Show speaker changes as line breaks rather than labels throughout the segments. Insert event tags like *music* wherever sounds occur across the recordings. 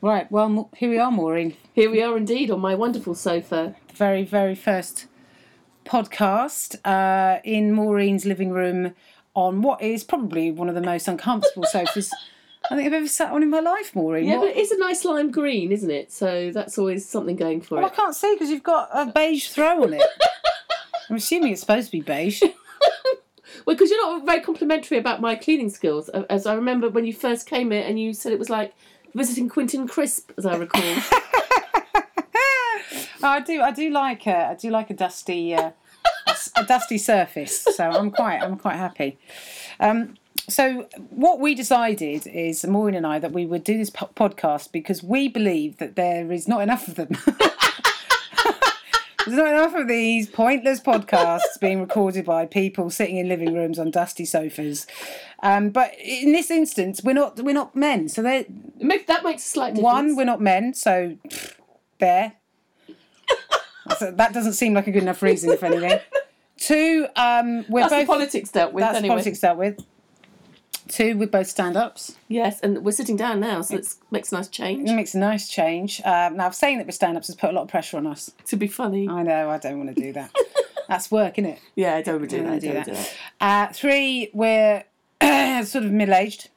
Right, well, Mo- here we are, Maureen.
Here we are indeed on my wonderful sofa.
The very, very first podcast uh, in Maureen's living room on what is probably one of the most uncomfortable sofas I think I've ever sat on in my life, Maureen.
Yeah,
What-
but it is a nice lime green, isn't it? So that's always something going for
Well, I
it.
can't see because you've got a beige throw on it. I'm assuming it's supposed to be beige.
Well, because you're not very complimentary about my cleaning skills, a- as I remember when you first came here and you said it was like visiting Quentin Crisp, as
*laughs*
I recall.
Oh, I do, I do like a, I do like a dusty, uh, a s- a dusty surface. So I'm quite, I'm quite happy. Um, so what we decided is Maureen and I that we would do this po- podcast because we believe that there is not enough of them. *laughs* There's not enough of these pointless podcasts being recorded by people sitting in living rooms on dusty sofas. Um, but in this instance, we're not we're not men, so they're
Make- that makes a slight difference.
one, we're not men, so pff, there. so that doesn't seem like a good enough reason, if anything. Two, um, we're
that's the
both
politics dealt with
that's
anyway.
politics dealt with. Two, we're both stand-ups.
Yes, and we're sitting down now, so it makes a nice change.
It makes a nice change. Um, now, saying that we're stand-ups has put a lot of pressure on us.
To be funny.
I know. I don't want to do that.
*laughs*
that's work, isn't it?
yeah, I don't want to do
Don't
that.
do that.
don't do that.
Uh, three, we're *clears throat* sort of middle-aged.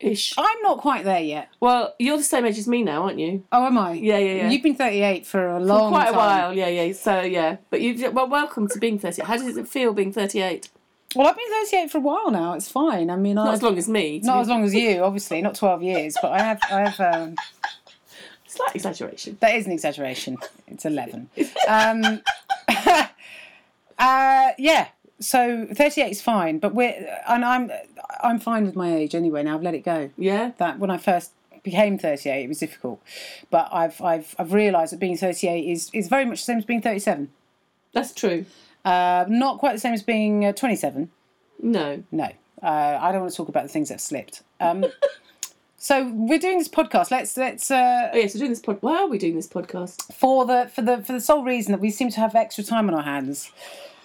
Ish.
I'm not quite there yet.
Well, you're the same age as me now, aren't you?
Oh, am I?
Yeah, yeah, yeah.
You've been 38 for a long,
Quite a
time.
while, yeah, yeah. So yeah, but you well, welcome to being thirty. How does it feel being thirty-eight?
Well, I've been 38 for a while now. It's fine. I mean,
Not
I,
as long as me. to
Not
be-
as long as you, obviously, not 12 years, but I have, I have, um,
Slight exaggeration.
that is an exaggeration. It's 11. Um, *laughs* uh, yeah, so 38 is fine, but we're, and I'm, I'm fine with my age anyway now, I've let it go.
Yeah.
That when I first became 38, it was difficult, but I've, I've, I've realised that being 38 is, is very much the same as being 37.
That's true.
Uh, not quite the same as being uh, 27.
No.
No, uh, I don't want to talk about the things that have slipped. Um, *laughs* so we're doing this podcast. Let's, let's, uh,
Oh, yeah, so doing this pod. Why are we doing this podcast?
for the for the for the sole reason that we seem to have extra time on our hands,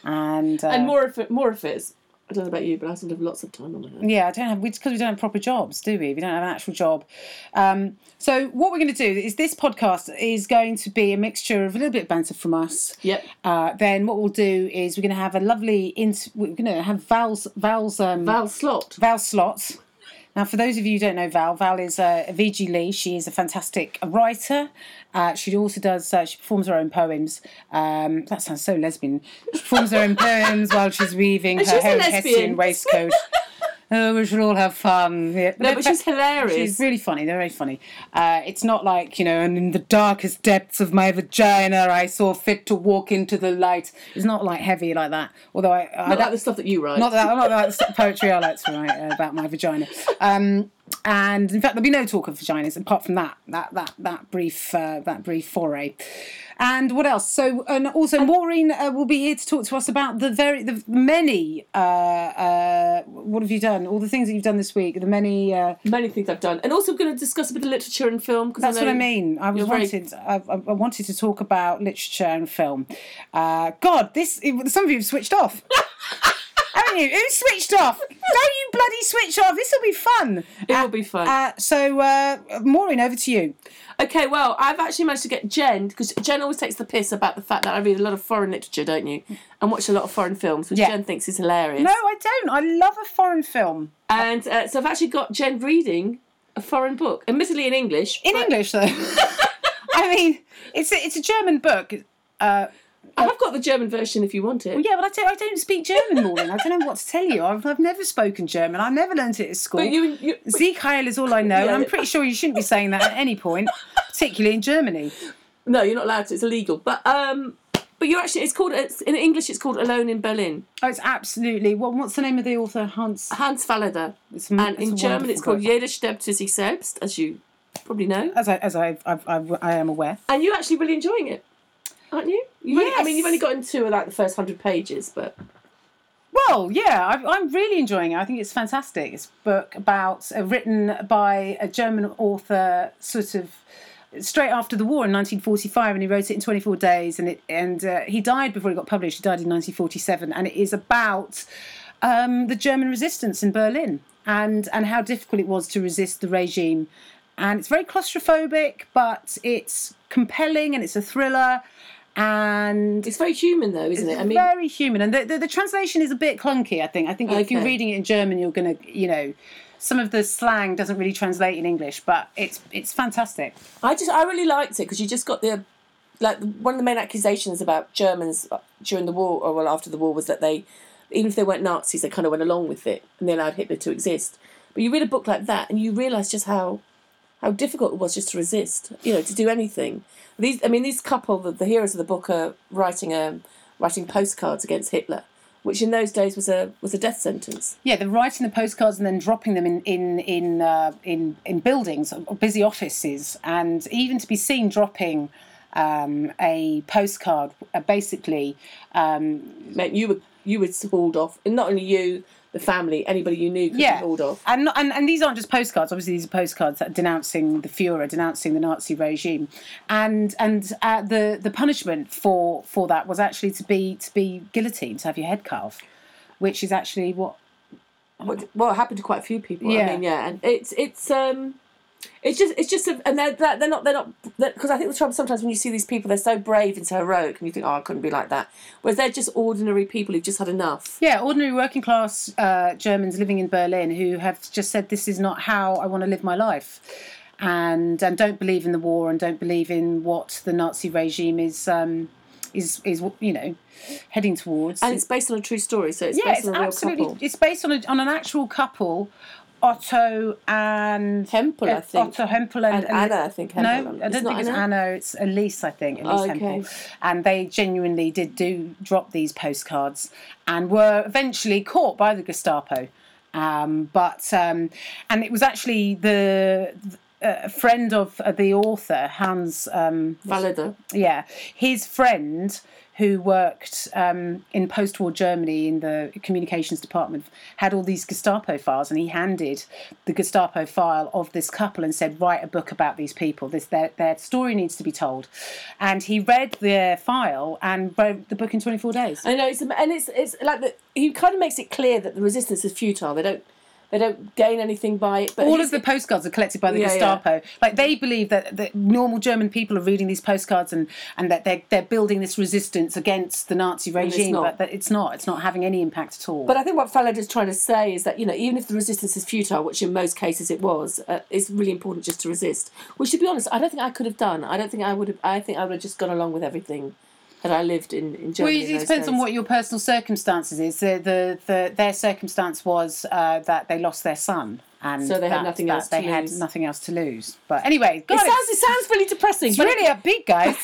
and, uh,
And more of it. More of it. is- I don't know about you, but I sort of have lots of time on my hands.
Yeah, I don't have. It's because we don't have proper jobs, do we? We don't have an actual job. Um, so what we're going to do is this podcast is going to be a mixture of a little bit of banter from us.
Yep.
Uh, then what we'll do is we're going to have a lovely. Int- we're going to have Val's Val's um,
Val Slot.
Val Slot. Now, for those of you who don't know Val, Val is uh, VG Lee. She is a fantastic writer. Uh, she also does, uh, she performs her own poems. Um, that sounds so lesbian. She performs her
*laughs*
own poems while she's weaving her
she's a
own
lesbian.
Hessian
*laughs*
waistcoat. oh, we should all have fun. Yeah.
No, but she's
She's
hilarious.
really funny. They're very funny. Uh, it's not like you know. And in the darkest depths of my vagina, I saw fit to walk into the light. It's not like heavy like that. Although I, I
Not like the stuff that you write.
not that, not that *laughs* that's poetry I like to write uh, about my vagina. Um, and in fact, there'll be no talk of vaginas apart from that that that that brief uh, that brief foray. And what else? So, and also, Maureen uh, will be here to talk to us about the very the many. Uh, uh, what have you done? All the things that you've done this week. The many. Uh,
Many things I've done, and also we're going to discuss a bit of literature and film. 'cause
that's
I
what
know
I mean. I was
very-
wanted. I, I I wanted to talk about literature and film. Uh, God, this it- some of you have switched
*laughs*
off. Haven't you? Who switched off? Don't you bloody switch off. This will be fun.
It will be fun.
Uh, so, uh, Maureen, over to you.
Okay, well, I've actually managed to get Jen because Jen always takes the piss about the fact that I read a lot of foreign literature, don't you? And watch a lot of foreign films, which
Mm. Yeah.
Jen thinks is hilarious.
No, I don't. I love a foreign film.
And uh, so I've actually got Jen reading a foreign book, admittedly in English.
In
but
English, *laughs* though. I mean, it's a, it's a German book. Uh,
I have got the German version if you want it.
yeah, but I don't, I don't speak German, Maureen. I don't know what to tell you. I've, I've never spoken German. I never learnt it at school.
But you, you,
Zeke Heil is all I know, and I'm
Yeah.
pretty sure you shouldn't be saying that at any point, particularly in Germany.
no, you're not allowed to. It's illegal. But um, but you're actually it's called it's, in English. It's called Alone in Berlin.
Oh, it's absolutely. What, what's the name of the author? Hans.
Hans Fallada.
It's,
And in German, it's called Jeder stirbt für sich selbst, as you probably know.
As I, as I, I've, I've, I am aware.
And you're actually really enjoying it, aren't you? You've only- I mean,
Yes.
you've only gotten two of like the first hundred pages, but
Well, yeah, I, I'm really enjoying it. I think it's fantastic. It's a book about uh, written by a German author, sort of straight after the war in 1945, and he wrote it in 24 days. And it and uh, he died before it got published. He died in 1947, and it is about um, the German resistance in Berlin and and how difficult it was to resist the regime and it's very claustrophobic, but it's compelling and it's a thriller. And
It's very human though, isn't it? I mean,
very human. And the, the, the translation is a bit clunky, I think. I think if you're
Okay.
reading it in German, you're going to, you know, some of the slang doesn't really translate in English, but it's it's fantastic.
I just I really liked it because you just got the like one of the main accusations about Germans uh, during the war or well after the war was that they even if they weren't Nazis they kind of went along with it and they allowed Hitler to exist. But you read a book like that and you realise just how how difficult it was just to resist, you know, to do anything. These I mean these couple the, the heroes of the book are writing um writing postcards against Hitler, which in those days was a was a death sentence.
Yeah, they're writing the postcards and then dropping them in in in uh, in, in buildings or busy offices, and even to be seen dropping um, a postcard, uh, basically. Um,
Meant you were you were hauled off and not only you, the family, anybody you knew could
yeah,
be hauled off.
and, not- and and these aren't just postcards. Obviously, these are postcards that are denouncing the Führer, denouncing the Nazi regime, and and uh, the the punishment for for that was actually to be to be guillotined, to have your head carved, which is actually what
what, well, it happened to quite a few people. I
Yeah.
mean, yeah, and it's it's um, it's just it's just a, and they're they're they're not they're not because I think the trouble sometimes when you see these people they're so brave and so heroic and you think oh I couldn't be like that, whereas they're just ordinary people who've just had enough.
Yeah, ordinary working class uh, Germans living in Berlin who have just said, "This is not how I want to live my life," and and don't believe in the war and don't believe in what the Nazi regime is um, is is you know heading towards.
And it's based on a true story, so it's
yeah,
based
it's
on a real
absolutely.
couple.
It's based on a, on an actual couple, Otto and
Hempel, I think.
Otto Hempel and,
And Anna, I think.
no, I
Hempel.
don't
It's
think
not
it's
Anna?
Anna. It's Elise, I think. Elise
Oh,
Hempel.
okay.
And they genuinely did do drop these postcards and were eventually caught by the Gestapo. Um, but um, and it was actually the. A friend of uh, the author, Hans um,
Valida.
yeah, his friend who worked um, in post-war Germany in the communications department had all these Gestapo files, and he handed the Gestapo file of this couple and said, "Write a book about these people. This their their story needs to be told." And he read their file and wrote the book in twenty-four days.
I know it's and it's it's like the, he kind of makes it clear that the resistance is futile. They don't they don't gain anything by it. But
All
he's-
of the postcards are collected by the
Yeah, yeah.
Gestapo. Like they believe that, that normal German people are reading these postcards and, and that they're they're building this resistance against the Nazi regime,
not.
but that it's not. It's not having any impact at all.
But I think what Fallard is trying to say is that you know even if the resistance is futile, which in most cases it was, uh, it's really important just to resist. Which, to be honest, I don't think I could have done. I don't think I would have. I think I would have just gone along with everything had I lived in in
Well,
Germany.
it
in those
depends on
days.
what your personal circumstances is. The, the, the, their circumstance was uh, that they lost their son, and
So they had
that-
nothing
that
else
They
to
had
lose.
nothing else to lose. But anyway,
It
God,
sounds it sounds really depressing,
it's *laughs*
but
really upbeat, guys.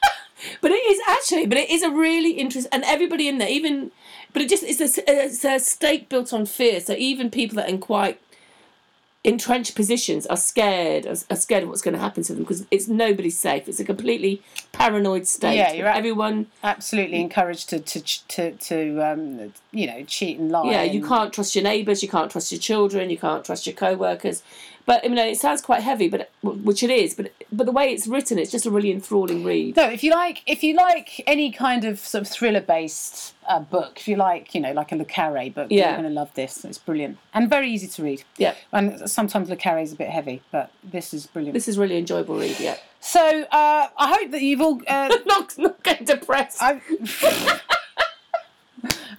*laughs* but it is actually, but it is a really interesting, and everybody in there, even, but it just it's a, it's a state built on fear. So even people that are in quite entrenched positions are scared, are, are scared of what's going to happen to them because it's nobody's safe. It's a completely paranoid state.
Yeah, you're right.
Everyone,
Absolutely encouraged to to ch- to, to um, you know cheat and lie.
yeah, you
and-
can't trust your neighbours, you can't trust your children, you can't trust your co-workers. But I mean, it sounds quite heavy, but which it is. But but the way it's written, it's just a really enthralling read.
No, if you like, if you like any kind of sort of thriller-based uh, book, if you like, you know, like a Le Carre book,
Yeah.
you're going to love this. It's brilliant and very easy to read.
Yeah.
And sometimes Le Carre is a bit heavy, but this is brilliant.
This is really enjoyable read. Yeah, *laughs*
So uh, I hope that you've all. Uh,
not not getting depressed.
I,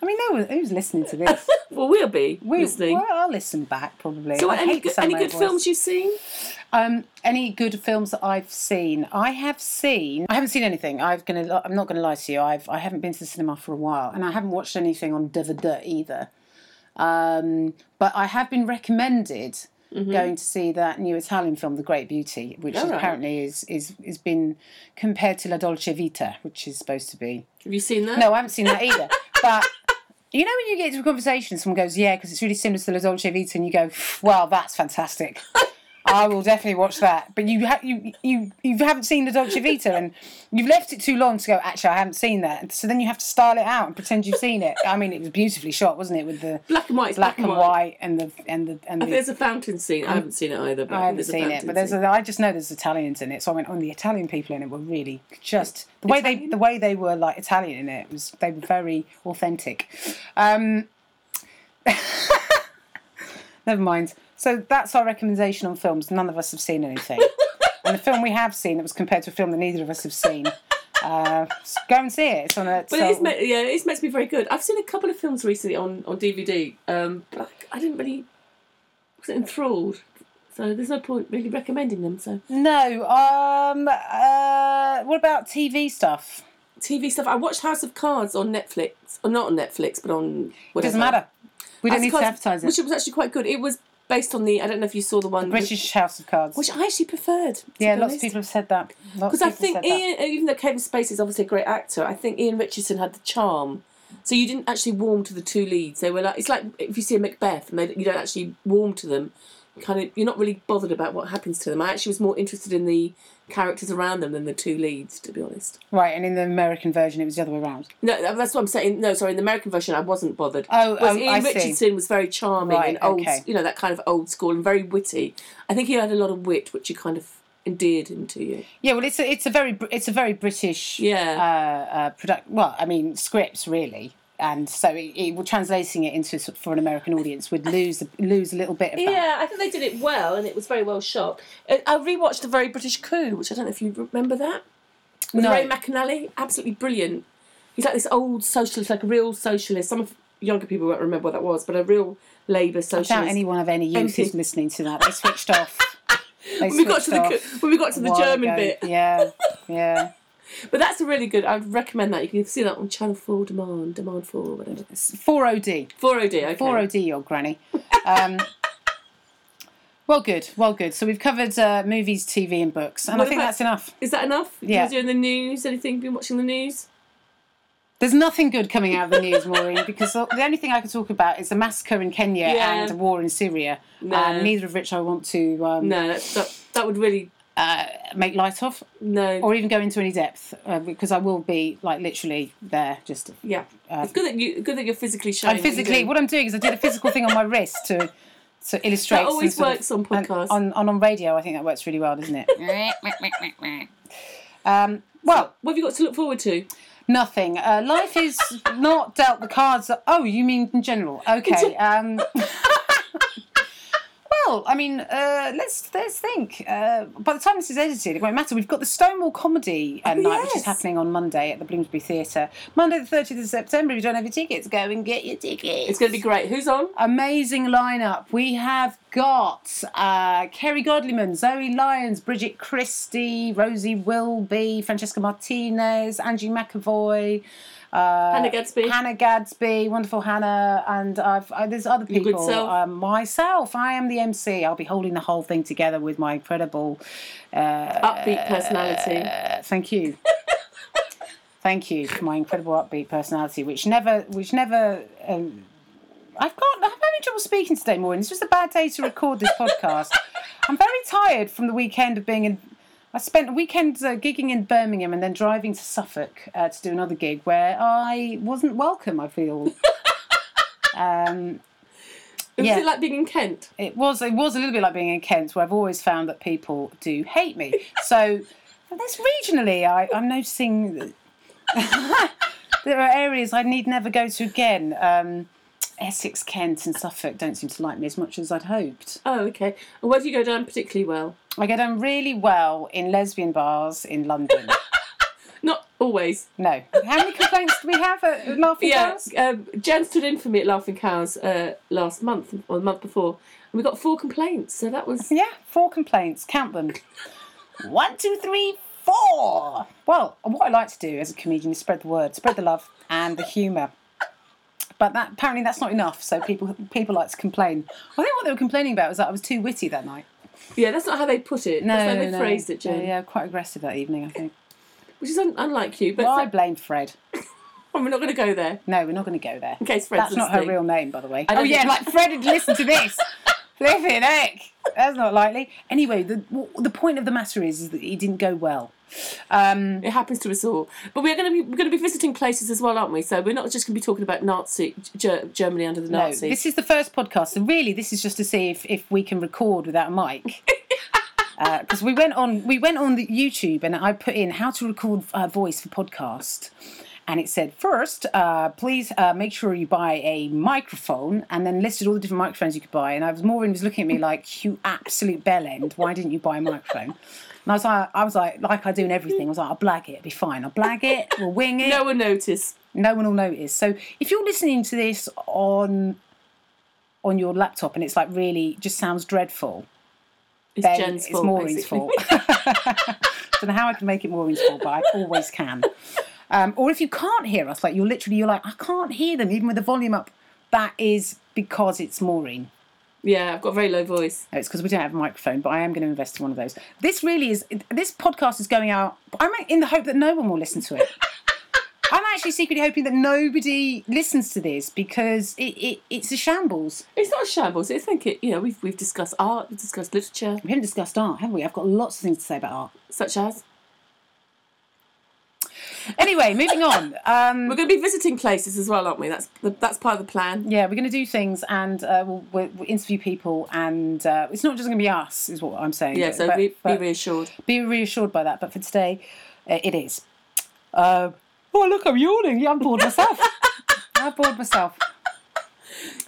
I mean, no one, who's listening to this?
Well, we'll be
We,
listening.
Well, I'll listen back probably.
so,
I
what, any
hate
good,
the
any
Sunday
good
voice.
films you've seen?
Um, any good films that I've seen? I have seen. I haven't seen anything. I've gonna. li- I'm not gonna lie to you. I've. I haven't been to the cinema for a while, and I haven't watched anything on DVD either. Um, but I have been recommended going to see that new Italian film, The Great Beauty, which
Mm-hmm. All right.
apparently is is is been compared to La Dolce Vita, which is supposed to be
Have you seen that?
No, I haven't seen that either. but you know, when you get to a conversation, someone goes, "Yeah," because it's really similar to La Dolce Vita, and you go, "Well, that's fantastic. I will definitely watch that." But you ha- you you you haven't seen La Dolce Vita, and you've left it too long to go. Actually, I haven't seen that. So then you have to style it out and pretend you've seen it. I mean, it was beautifully shot, wasn't it? With the
Black and white. it's
black and white and the and the and the.
There's a fountain scene. I haven't seen it either. But
Um, I haven't
there's a
seen it,
fountain
but there's
scene.
a, I just know there's Italians in it, so I went on. The Italian people in it were really just the way they the way they were like Italian in it was they were very authentic. Um, *laughs* never mind. So that's our recommendation on films. None of us have seen anything. and the film we have seen that was compared to a film that neither of us have seen. Uh, s- go and see it. It's on a.
But it is meant, yeah, it's meant to be very good. I've seen a couple of films recently on, on DVD, um, but I, I didn't really wasn't enthralled. So there's no point really recommending them. So
no. Um. Uh, what about TV stuff?
TV stuff. I watched House of Cards on Netflix, or not on Netflix, but on
It
whatever.
doesn't matter. We don't
House of
need to
Cards,
advertise
Which
it.
was actually quite good. It was based on the. I don't know if you saw the one. with-
British House of Cards.
which I actually preferred. to
yeah,
be
lots of
honest.
people have said that.
Because I think Ian, uh, even though Kevin Spacey is obviously a great actor, I think Ian Richardson had the charm. So you didn't actually warm to the two leads. They were like it's like if you see a Macbeth and they, you don't actually warm to them, kind of you're not really bothered about what happens to them. I actually was more interested in the characters around them than the two leads, to be honest.
Right, and in the American version, it was the other way around.
No, that- that's what I'm saying. No, sorry, in the American version, I wasn't bothered.
Oh,
Whereas
oh,
Ian
I see.
Richardson was very charming
Right,
and old,
okay.
you know, that kind of old school and very witty. I think he had a lot of wit, which you kind of endeared him to you.
Yeah, well, it's a it's a very Br- it's a very British
Yeah.
uh, uh, product. Well, I mean scripts really, and so it, it well, translating it into sort- for an American audience would lose lose a little bit of that.
Yeah, I think they did it well, and it was very well shot. Uh, I I rewatched The Very British Coup, which I don't know if you remember that. With
No.
Ray McAnally, absolutely brilliant. He's like this old socialist, like a real socialist. Some of younger people won't remember what that was, but a real Labour socialist.
Without anyone of any use
Empty.
is listening to that. They switched
*laughs*
off. They
when we got to
switched
the
off
coup- when we got to
a
the
while
German
ago.
bit,
Yeah,
*laughs*
yeah.
but that's a really good. I'd recommend that. You can see that on Channel Four Demand, Demand Four, or whatever.
Four OD.
Four OD. Okay.
Four OD, your granny. Um, *laughs* well, good. Well, good. So we've covered uh, movies, TV, and books, and
What
I think
about-
that's enough.
Is that enough?
Yeah.
You doing the news? Anything? Been watching the news?
There's nothing good coming out of the news,
*laughs*
Maureen, because the only thing I can talk about is a massacre in Kenya
Yeah.
and a war in Syria,
No.
and neither of which I want to um,
No, that's, that that would really
uh, make light of
no.
or even go into any depth, uh, because I will be like literally there. Just
Yeah,
Uh,
it's good that you good that you're physically showing.
I'm
what you're
physically.
doing.
What I'm doing is I did a physical thing on my wrist to to illustrate.
that
some
always
sort of-
works on
and
podcasts.
on, on on radio. I think that works really well, doesn't
*laughs*
it? um, well,
what have you got to look forward to?
nothing. Uh, life is not dealt the cards. That, oh, you mean in general?
*laughs*
Okay. Um, well, I mean, uh, let's let's think. Uh, by the time this is edited, it won't matter. We've got the Stonewall Comedy uh, night, which
Oh, yes.
is happening on Monday at the Bloomsbury Theatre. Monday the thirtieth of September. If you don't have your tickets, go and get your tickets.
It's going to be great. Who's on?
Uh, Amazing lineup. We have got uh, Kerry Godliman, Zoe Lyons, Bridget Christie, Rosie Wilby, Francesca Martinez, Angie McAvoy, uh,
Hannah Gadsby.
Hannah Gadsby, wonderful Hannah, and I've, I, there's other
good
people.
self.
Um, myself, I am the MC. I'll be holding the whole thing together with my incredible. Uh,
Upbeat personality.
uh, thank you. Thank you for my incredible upbeat personality, which never, which never. Um, I've got. I'm having trouble speaking today, Maureen. It's just a bad day to record this podcast. I'm very tired from the weekend of being in. I spent a weekend uh, gigging in Birmingham and then driving to Suffolk uh, to do another gig where I wasn't welcome. I feel. um,
Is
Yeah.
it like being in Kent?
it was it was a little bit like being in Kent, where I've always found that people do hate me. So that's regionally. I, I'm noticing that *laughs* there are areas I need never go to again. Um, Essex, Kent, and Suffolk don't seem to like me as much as I'd hoped.
Oh, okay. And where do you go down particularly well?
I get on really well in lesbian bars in London.
Not always.
No, how many complaints do we have at Laughing
Yeah.
Gas?
Um, Jan stood in for me at Laughing Cows uh, last month or the month before, and we got four complaints. So that was
Yeah, four complaints. Count them. One, two, three, four. Well, what I like to do as a comedian is spread the word, spread the love and the humour. But that apparently that's not enough. So people people like to complain. I think what they were complaining about was that I was too witty that night.
yeah. That's not how they put it. that's how they phrased it, Jan.
Yeah, yeah, quite aggressive that evening. I think.
Which is un- unlike you, but
Well, I blame Fred.
*laughs* we're not going to go there.
No, we're not going to go there.
In case Fred's
That's not her
listening.
real name, by the way.
don't
Oh yeah,
think-
like Fred had listened to this.
*laughs*
Flipping heck, that's not likely. Anyway, the w- the point of the matter is, is that it didn't go well. Um,
It happens to us all. But we're going to be we're going to be visiting places as well, aren't we? So we're not just going to be talking about Nazi Ger- Germany under the
no,
Nazis.
this is the first podcast, and really, this is just to see if, if we can record without a mic. Because we went on we went on the YouTube, and I put in how to record uh, voice for uh, podcast. and it said first, uh, please uh, make sure you buy a microphone, and then listed all the different microphones you could buy. And I was Maureen was looking at me like, you absolute bell end, why didn't you buy a microphone? And I was like, I was like, like I do in everything. I was like, I'll blag it, it'll be fine. I'll blag it, we'll wing it.
No one noticed.
no one will notice. So if you're listening to this on on your laptop and it's like really just sounds dreadful,
It's
then
Jen's
it's
fault.
Maureen's
basically.
fault. *laughs* don't know how I can make it Maureen's fault, but I always can. Um, or if you can't hear us, like you're literally you're like I can't hear them even with the volume up. That is because it's Maureen.
Yeah, I've got a very low voice.
No, it's because we don't have a microphone, but I am going to invest in one of those. This really is. This podcast is going out. I'm in the hope that no one will listen to it. *laughs* I'm actually secretly hoping that nobody listens to this because it, it, it's a shambles.
It's not a shambles. I think it. You know, we've we've discussed art, we've discussed literature,
We haven't discussed art, have we? I've got lots of things to say about art.
such as
Anyway, moving on. Um,
we're going to be visiting places as well, aren't we? That's the, that's part of the plan.
yeah, we're going to do things and uh, we'll, we'll, we'll interview people, and uh, it's not just going to be us, is what I'm saying.
Yeah, so
But-
be, be
but-
reassured.
be reassured by that. But for today, uh, it is. Uh, oh, look, I'm yawning. Yeah, I'm bored *laughs* myself. I'm bored myself.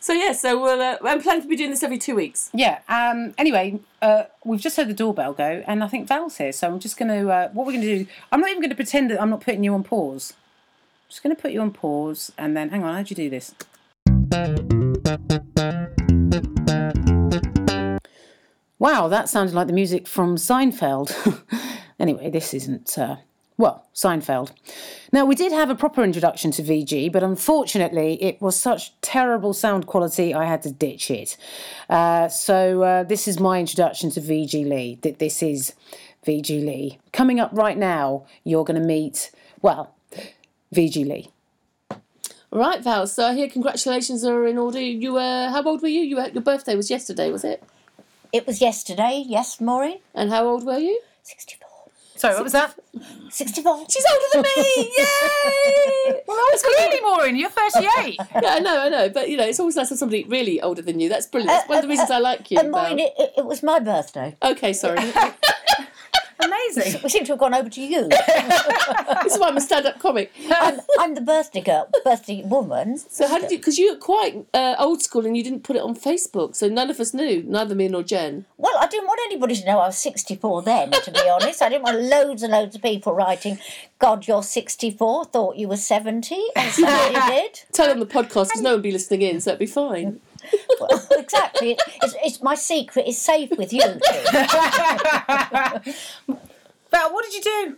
So yeah, so we'll. Uh, I'm planning to be doing this every two weeks.
Yeah. Um, anyway, uh, we've just heard the doorbell go, and I think Val's here. So I'm just going to. Uh, what we're going to do? I'm not even going to pretend that I'm not putting you on pause. I'm just going to put you on pause, and then hang on. How do you do this? Wow, that sounded like the music from Seinfeld. *laughs* anyway, this isn't. Uh, well, Seinfeld. Now, we did have a proper introduction to VG, but unfortunately, it was such terrible sound quality, I had to ditch it. Uh, so, uh, this is my introduction to VG Lee. Th- This is VG Lee. Coming up right now, you're going to meet, well, VG Lee.
All right, Val. So I hear congratulations are in order. You were how old were you? You were, your birthday was yesterday, was it?
It was yesterday, yes, Maureen?
And how old were you?
64.
Sorry, what was that?
64.
She's older
*laughs*
than me! Yay!
Well, I was clearly Maureen, you're 38.
yeah, I know, I know, but you know, it's always nice to have somebody really older than you. That's brilliant. That's one of the reasons I like you.
And Maureen,
Val.
it, it, it was my birthday.
Okay, sorry. *laughs*
Amazing.
We seem to have gone over to you.
this is why I'm a stand-up comic.
I'm, I'm the birthday girl, birthday woman.
So how did you? Because you were quite uh, old school and you didn't put it on Facebook, so none of us knew, neither me nor Jen.
Well, I didn't want anybody to know I was 64 then, to be honest. I didn't want loads and loads of people writing, God, you're 64, thought you were 70, and somebody did.
Tell them the podcast because no one would be listening in, so it'd be fine.
Well, exactly. It's, it's my secret is safe with you two.
Val, what did you do?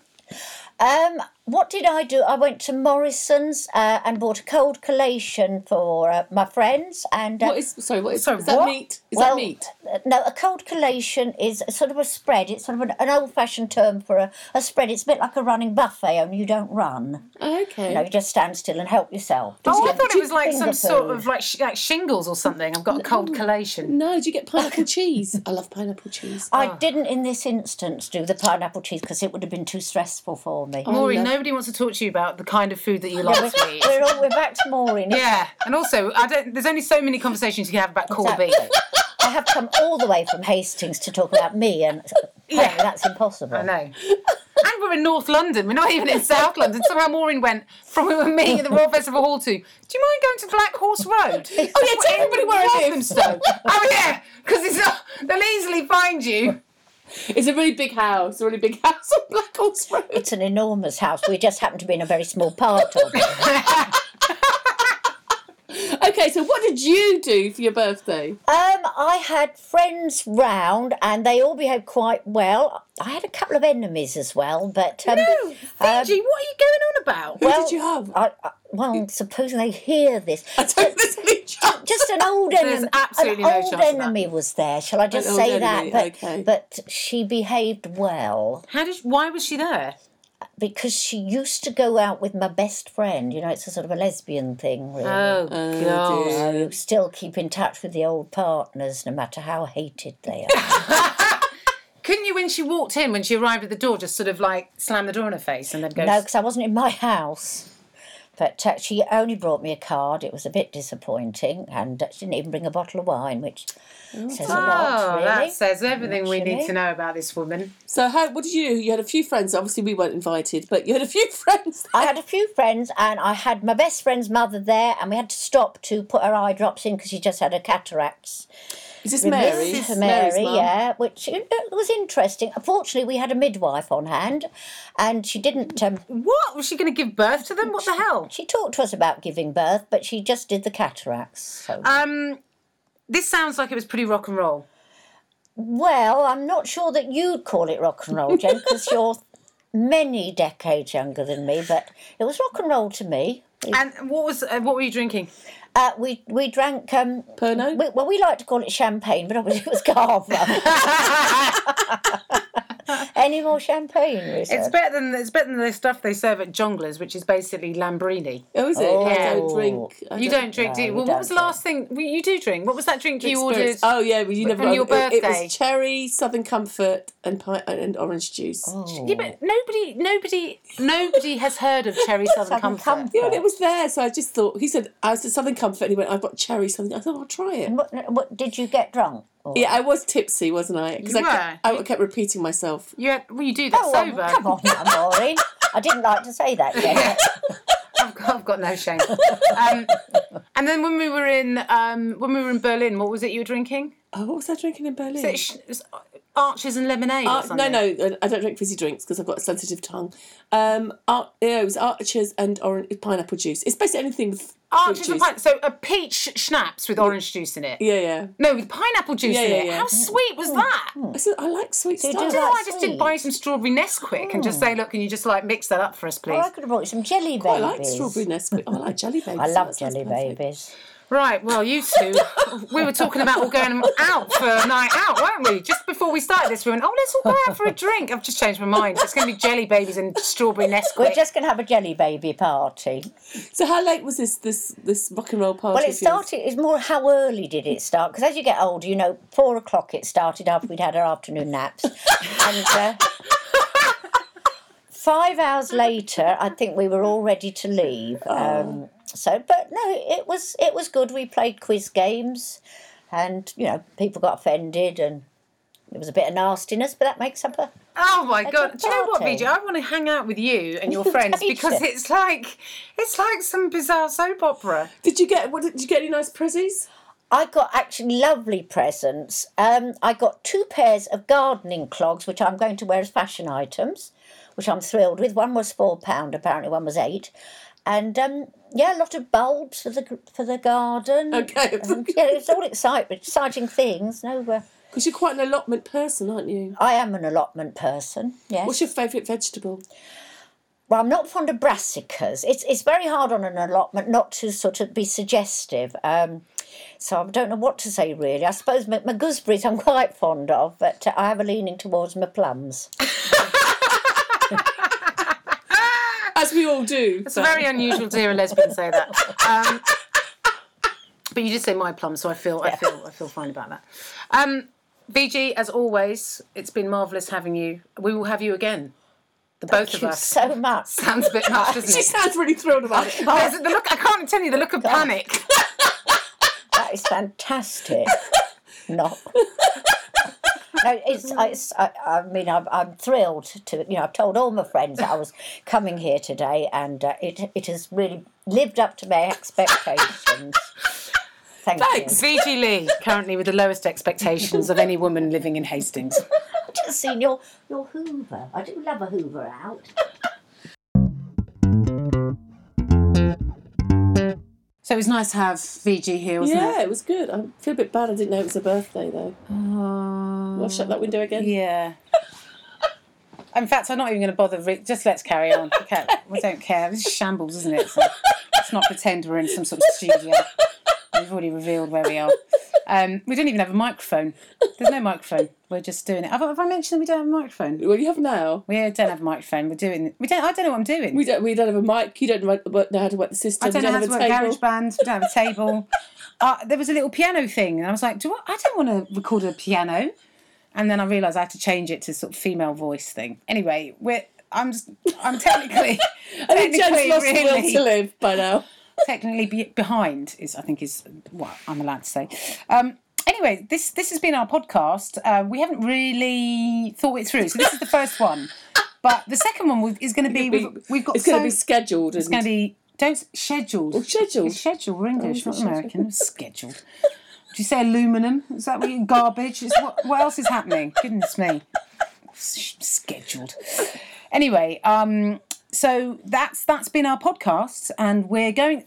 Um, what did I do? I went to Morrison's uh, and bought a cold collation for uh, my friends. And uh,
What is? Sorry, what is?
Sorry,
is that
what?
meat? Is that meat?
uh, No, a cold collation is sort of a spread. It's sort of an, an old-fashioned term for a, a spread. It's a bit like a running buffet, only you don't run.
Oh,
You know,
okay.
you just stand still and help yourself.
Oh, I
Did you-
thought it was like
finger
some sort
food?
of like, sh- like shingles or something. I've got a cold collation.
No, did you get *laughs* pineapple cheese? I love pineapple cheese.
I didn't in this instance do the pineapple cheese because it would have been too stressful for me.
Maureen, nobody wants to talk to you about the kind of food that *laughs* you like to eat.
We're, all, we're back to Maureen.
Yeah, and also, I don't. There's only so many conversations you can have about corned beef.
Exactly. I have come all the way from Hastings to talk about me, and apparently that's impossible.
I know. And we're in North London. We're not even *laughs* in South London. Somehow Maureen went from we were meeting at the Royal Festival Hall to. Do you mind going to Black Horse *laughs* Road?
Oh, yeah, tell everybody where I live.
Walthamstow. *laughs* oh yeah, because it's not. They'll easily find you.
*laughs* It's a really big house, a really big house on Black Horse Road.
It's an enormous house. We just happen to be in a very small part of it.
Okay, so what did you do for your birthday?
Um, I had friends round, and they all behaved quite well. I had a couple of enemies as well, but um,
Fiji, what are you going on about?
Who
well,
did you have?
I, I, well, supposing they hear this,
I don't *laughs* listen to each other. *laughs*
just an old enemy.
absolutely
an
no
old
chance of that.
enemy was there. Shall I just
old
say
enemy,
that? But,
okay.
but she behaved well.
How did? Why was she there?
because she used to go out with my best friend. You know, it's a sort of a lesbian thing, really.
Oh, God.
You still keep in touch with the old partners, no matter how hated they are.
Couldn't you, when she walked in, when she arrived at the door, just sort of like slam the door in her face and then go?
no, because I wasn't in my house. But uh, she only brought me a card. It was a bit disappointing, and uh, she didn't even bring a bottle of wine, which says a lot,
Oh,
really.
that says everything we need
Actually.
to know about this woman.
So how? What did you? You had a few friends. Obviously, we weren't invited, but you had a few *laughs* friends.
I had a few friends, and I had my best friend's mother there, and we had to stop to put her eye drops in because she just had her cataracts.
Is this Mary?
This is
Mary's
Mary,
mum.
yeah, which you know, was interesting. Unfortunately, we had a midwife on hand, and she didn't. Um,
What was she going to give birth to them? What the hell?
she talked to us about giving birth, but she just did the cataracts. So.
Um, this sounds like it was pretty rock and roll.
well, I'm not sure that you'd call it rock and roll, Jen, because you're many decades younger than me. But it was rock and roll to me.
And what was uh, what were you drinking?
Uh, we we drank. Um,
Pernod?
we, well, we like to call it champagne, but obviously it
*laughs*
was Carver. Any more champagne? Risa?
It's better than it's better than the stuff they serve at Jonglers, which is basically Lambrini.
Oh, is it? I don't
Oh.
drink. I
You don't drink, do
no,
you?
you
Well, what was the
don't
last thing well, you do drink? What was that drink you ordered?
Spirits. Oh yeah, but you never.
on your
it- It,
birthday.
was cherry, Southern Comfort, and pine, and orange juice.
Yeah, but nobody, nobody, nobody has heard of
*laughs*
Cherry Southern
Southern
Comfort.
Comfort.
Yeah, and it was there, so I just thought he said I said Southern Comfort, and he went, "I've got cherry something." I thought I'll try it.
What, what, did you get drunk? Or-
Yeah, I was tipsy, wasn't I? Because
You
I, kept-
were.
I kept repeating myself.
You had, well, you do that
Oh, well,
sober.
come on, now, Maureen. I didn't like to say that yet.
I've got, *laughs* I've got no shame. Um, and then when we were in um, when we were in Berlin, what was it you were drinking?
Oh, what was I drinking in Berlin?
It sh- it was Archers and lemonade.
Ar-
or
Uh, no,
something.
no, I- I don't drink fizzy drinks because I've got a sensitive tongue. Um, ar- yeah, it was archers and orange pineapple juice. It's basically anything with fruit
Archers and
juice.
pine. So a peach schnapps with orange juice in it.
Yeah, yeah.
No, with pineapple juice
Yeah,
in
yeah,
it.
yeah. Oh.
How sweet was that?
I said I like sweet
you do
stuff.
You know,
like-
I just did
sweet.
buy some strawberry Nesquik and just say, look, can you just like mix that up for us, please?
Oh. I could have brought you some jelly babies.
I like strawberry
*laughs*
Nesquik. Oh, I like jelly babies.
I
Oh,
love
that sounds
jelly
perfect.
babies.
Right, well, you
*laughs*
two, we were talking about all going out for a night out, weren't we? Just before we started this, we went, oh, let's all go out for a drink. I've just changed my mind. It's going to be jelly babies and strawberry
We're
Nesquik.
just going to have a jelly baby party.
So how late was this this this rock and roll party?
Well, it
of yours?
started. It's more how early did it start? Because as you get older, you know, four o'clock it started after we'd had our afternoon naps, and uh, *laughs* five hours later, I think we were all ready to leave. Um, so, but no, it was it was good. We played quiz games, and you know, people got offended, and it was a bit of nastiness, but that makes up a.
Oh my god!
good
Do you know what,
party.
BJ? I want to hang out with you and
*laughs*
your friends because
Outrageous.
it's like it's like some bizarre soap opera.
Did you get what? Did you get any nice
*laughs*
prezzies?
I got actually lovely presents. Um, I got two pairs of gardening clogs, which I'm going to wear as fashion items, which I'm thrilled with. One was four pound, apparently one was eight, and um, yeah, a lot of bulbs for the for the garden.
Okay.
And, yeah,
*laughs*
it's all exciting, exciting things. No, uh,
Because you're quite an allotment person, aren't you?
I am an allotment person. Yes.
What's your favourite vegetable?
Well, I'm not fond of brassicas. It's it's very hard on an allotment not to sort of be suggestive. Um, so I don't know what to say really. I suppose my, my gooseberries I'm quite fond of, but uh, I have a leaning towards my plums.
As we all do.
It's very unusual to hear a lesbian say *laughs* that. Um, but you did say my plum, so I feel I feel I feel fine about that. Um, VG, as always, it's been marvellous having you. We will have you again, the both of
*laughs* Thank you
us. *laughs*
so much. *laughs*
Sounds a bit much, doesn't
*laughs*
*laughs*
She
it?
sounds really thrilled about it.
There's the look, I can't tell you the look of panic.
That is fantastic. *laughs* no. No, it's, I- it's I, I mean, I'm, I'm thrilled to, you know, I've told all my friends that I was coming here today and uh, it, it has really lived up to my expectations. Thank
Thanks.
you.
VG Lee, currently with the lowest expectations of any woman living in Hastings.
I've just seen your, your Hoover. I do love a Hoover out.
So it was nice to have VG here, wasn't
Yeah, it was good. I feel a bit bad. I didn't know it was her birthday though.
it? Oh.
I'll shut that window again.
Yeah. In fact, I'm not even going to bother. Re- just let's carry on. Okay, we don't care. This is shambles, isn't it? It's like- let's not pretend we're in some sort of studio. We've already revealed where we are. Um, we don't even have a microphone. There's no microphone. We're just doing it. Have, I- have I mentioned we don't have a microphone?
Well, you have now.
We don't have a microphone. We're doing. We don't. I don't know what I'm doing.
We don't. We don't have a mic. You don't write- know how to work the system.
I don't
we
know how
don't
to work
have a
garage
table.
bands. We don't have a
*laughs*
table. uh, there was a little piano thing, and I was like, "Do I? I don't want to record a piano." And then I realised I had to change it to sort of female voice thing. Anyway, we're I'm just, I'm technically,
*laughs* I think Jane's
technically,
lost the will
really,
to live
*laughs*
by now.
technically be, behind is, I think, is what I'm allowed to say. Um, anyway, this this has been our podcast. Uh, we haven't really thought it through, so this is the first
*laughs*
one. But the second one we've, is going to be, we've, we've got
It's going to
so-
be scheduled.
it's going to be don't scheduled.
scheduled.
It's scheduled. We're English,
Oh,
not
scheduled.
American. It's scheduled. Do you say aluminum? Is that what you garbage? Is what what else is happening? Goodness me. S- Scheduled. Anyway, um, so that's that's been our podcast, and we're going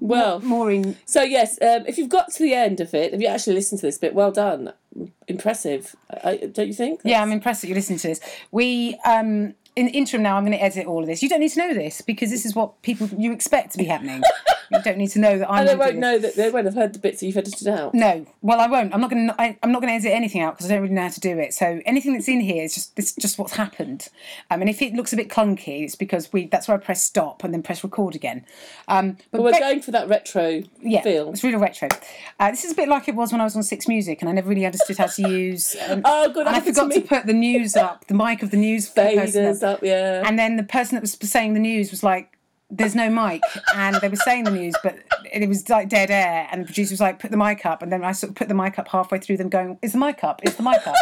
well.
more in.
So yes, um, if you've got to the end of it, if you actually listened to this bit, well done, impressive, I, I- don't you think?
Yeah, I'm impressed that you listened to this. We um, in the interim now. I'm going to edit all of this. You don't need to know this because this is what people you expect to be happening. you don't need to know that I'm.
And Oh, they
gonna do
won't
this.
know that they won't have heard the bits that you've edited out.
Oh, No, well, I won't. I'm not going. to I'm not going to edit anything out because I don't really know how to do it. So anything that's in here is just this, just what's happened. Um, and if it looks a bit clunky, it's because we. That's where I press stop and then press record again. Um, but
We're
ba-
going for that retro
yeah,
feel.
it's really retro. Uh, this is a bit like it was when I was on Six Music and I never really understood how to use. Um,
Oh, good.
and I
happened to
forgot to,
me.
put the news up, the mic of the news person
faders up. Yeah.
and then the person that was saying the news was like, "There's no mic," and they were saying the news, but it was like dead air. And the producer was like, "Put the mic up," and then I sort of put the mic up halfway through them, going, "Is the mic up? Is the mic up?"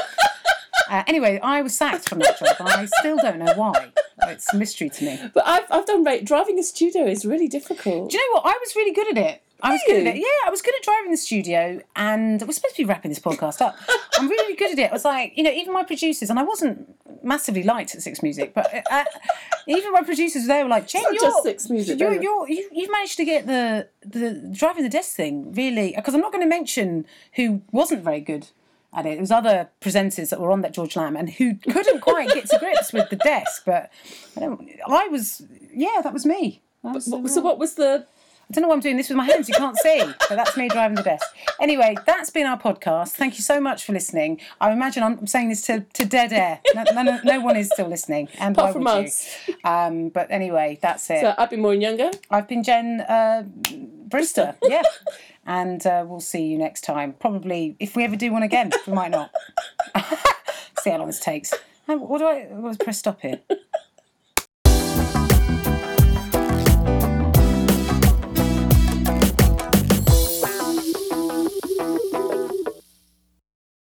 uh, anyway, I was sacked from that job, and I still don't know why. It's a mystery to me.
but I've I've done ra- driving a studio is really difficult.
Do you know what? I was really good at it. I was good at it. Yeah, I was good at driving the studio, and we're supposed to be wrapping this podcast up. I'm really good at it. I was like, you know, even my producers, and I wasn't massively liked at Six Music, but uh, even my producers there were like, Jen,
not
you're,
just Six Music,
You're,
though.
you're, you, you've managed to get the the driving the desk thing really, because I'm not going to mention who wasn't very good. At it. it was other presenters that were on that George Lamb and who couldn't quite get to grips with the desk. But I, don't, I was, yeah, that was me. I was-
What- so what was the?
I don't know why I'm doing this with my hands. You can't see, but that's me driving the desk. Anyway, that's been our podcast. Thank you so much for listening. I imagine I'm saying this to, to dead air. No, no, no- no one is still listening. And
Apart
why
from
would
us.
You? Um, but anyway, that's it.
So I've been more and younger.
I've been Jen uh, Brewster. Yeah. And uh, we'll see you next time. Probably, if we ever do one *laughs* again, we might not. see how long this takes. And What do I? What does press stop here?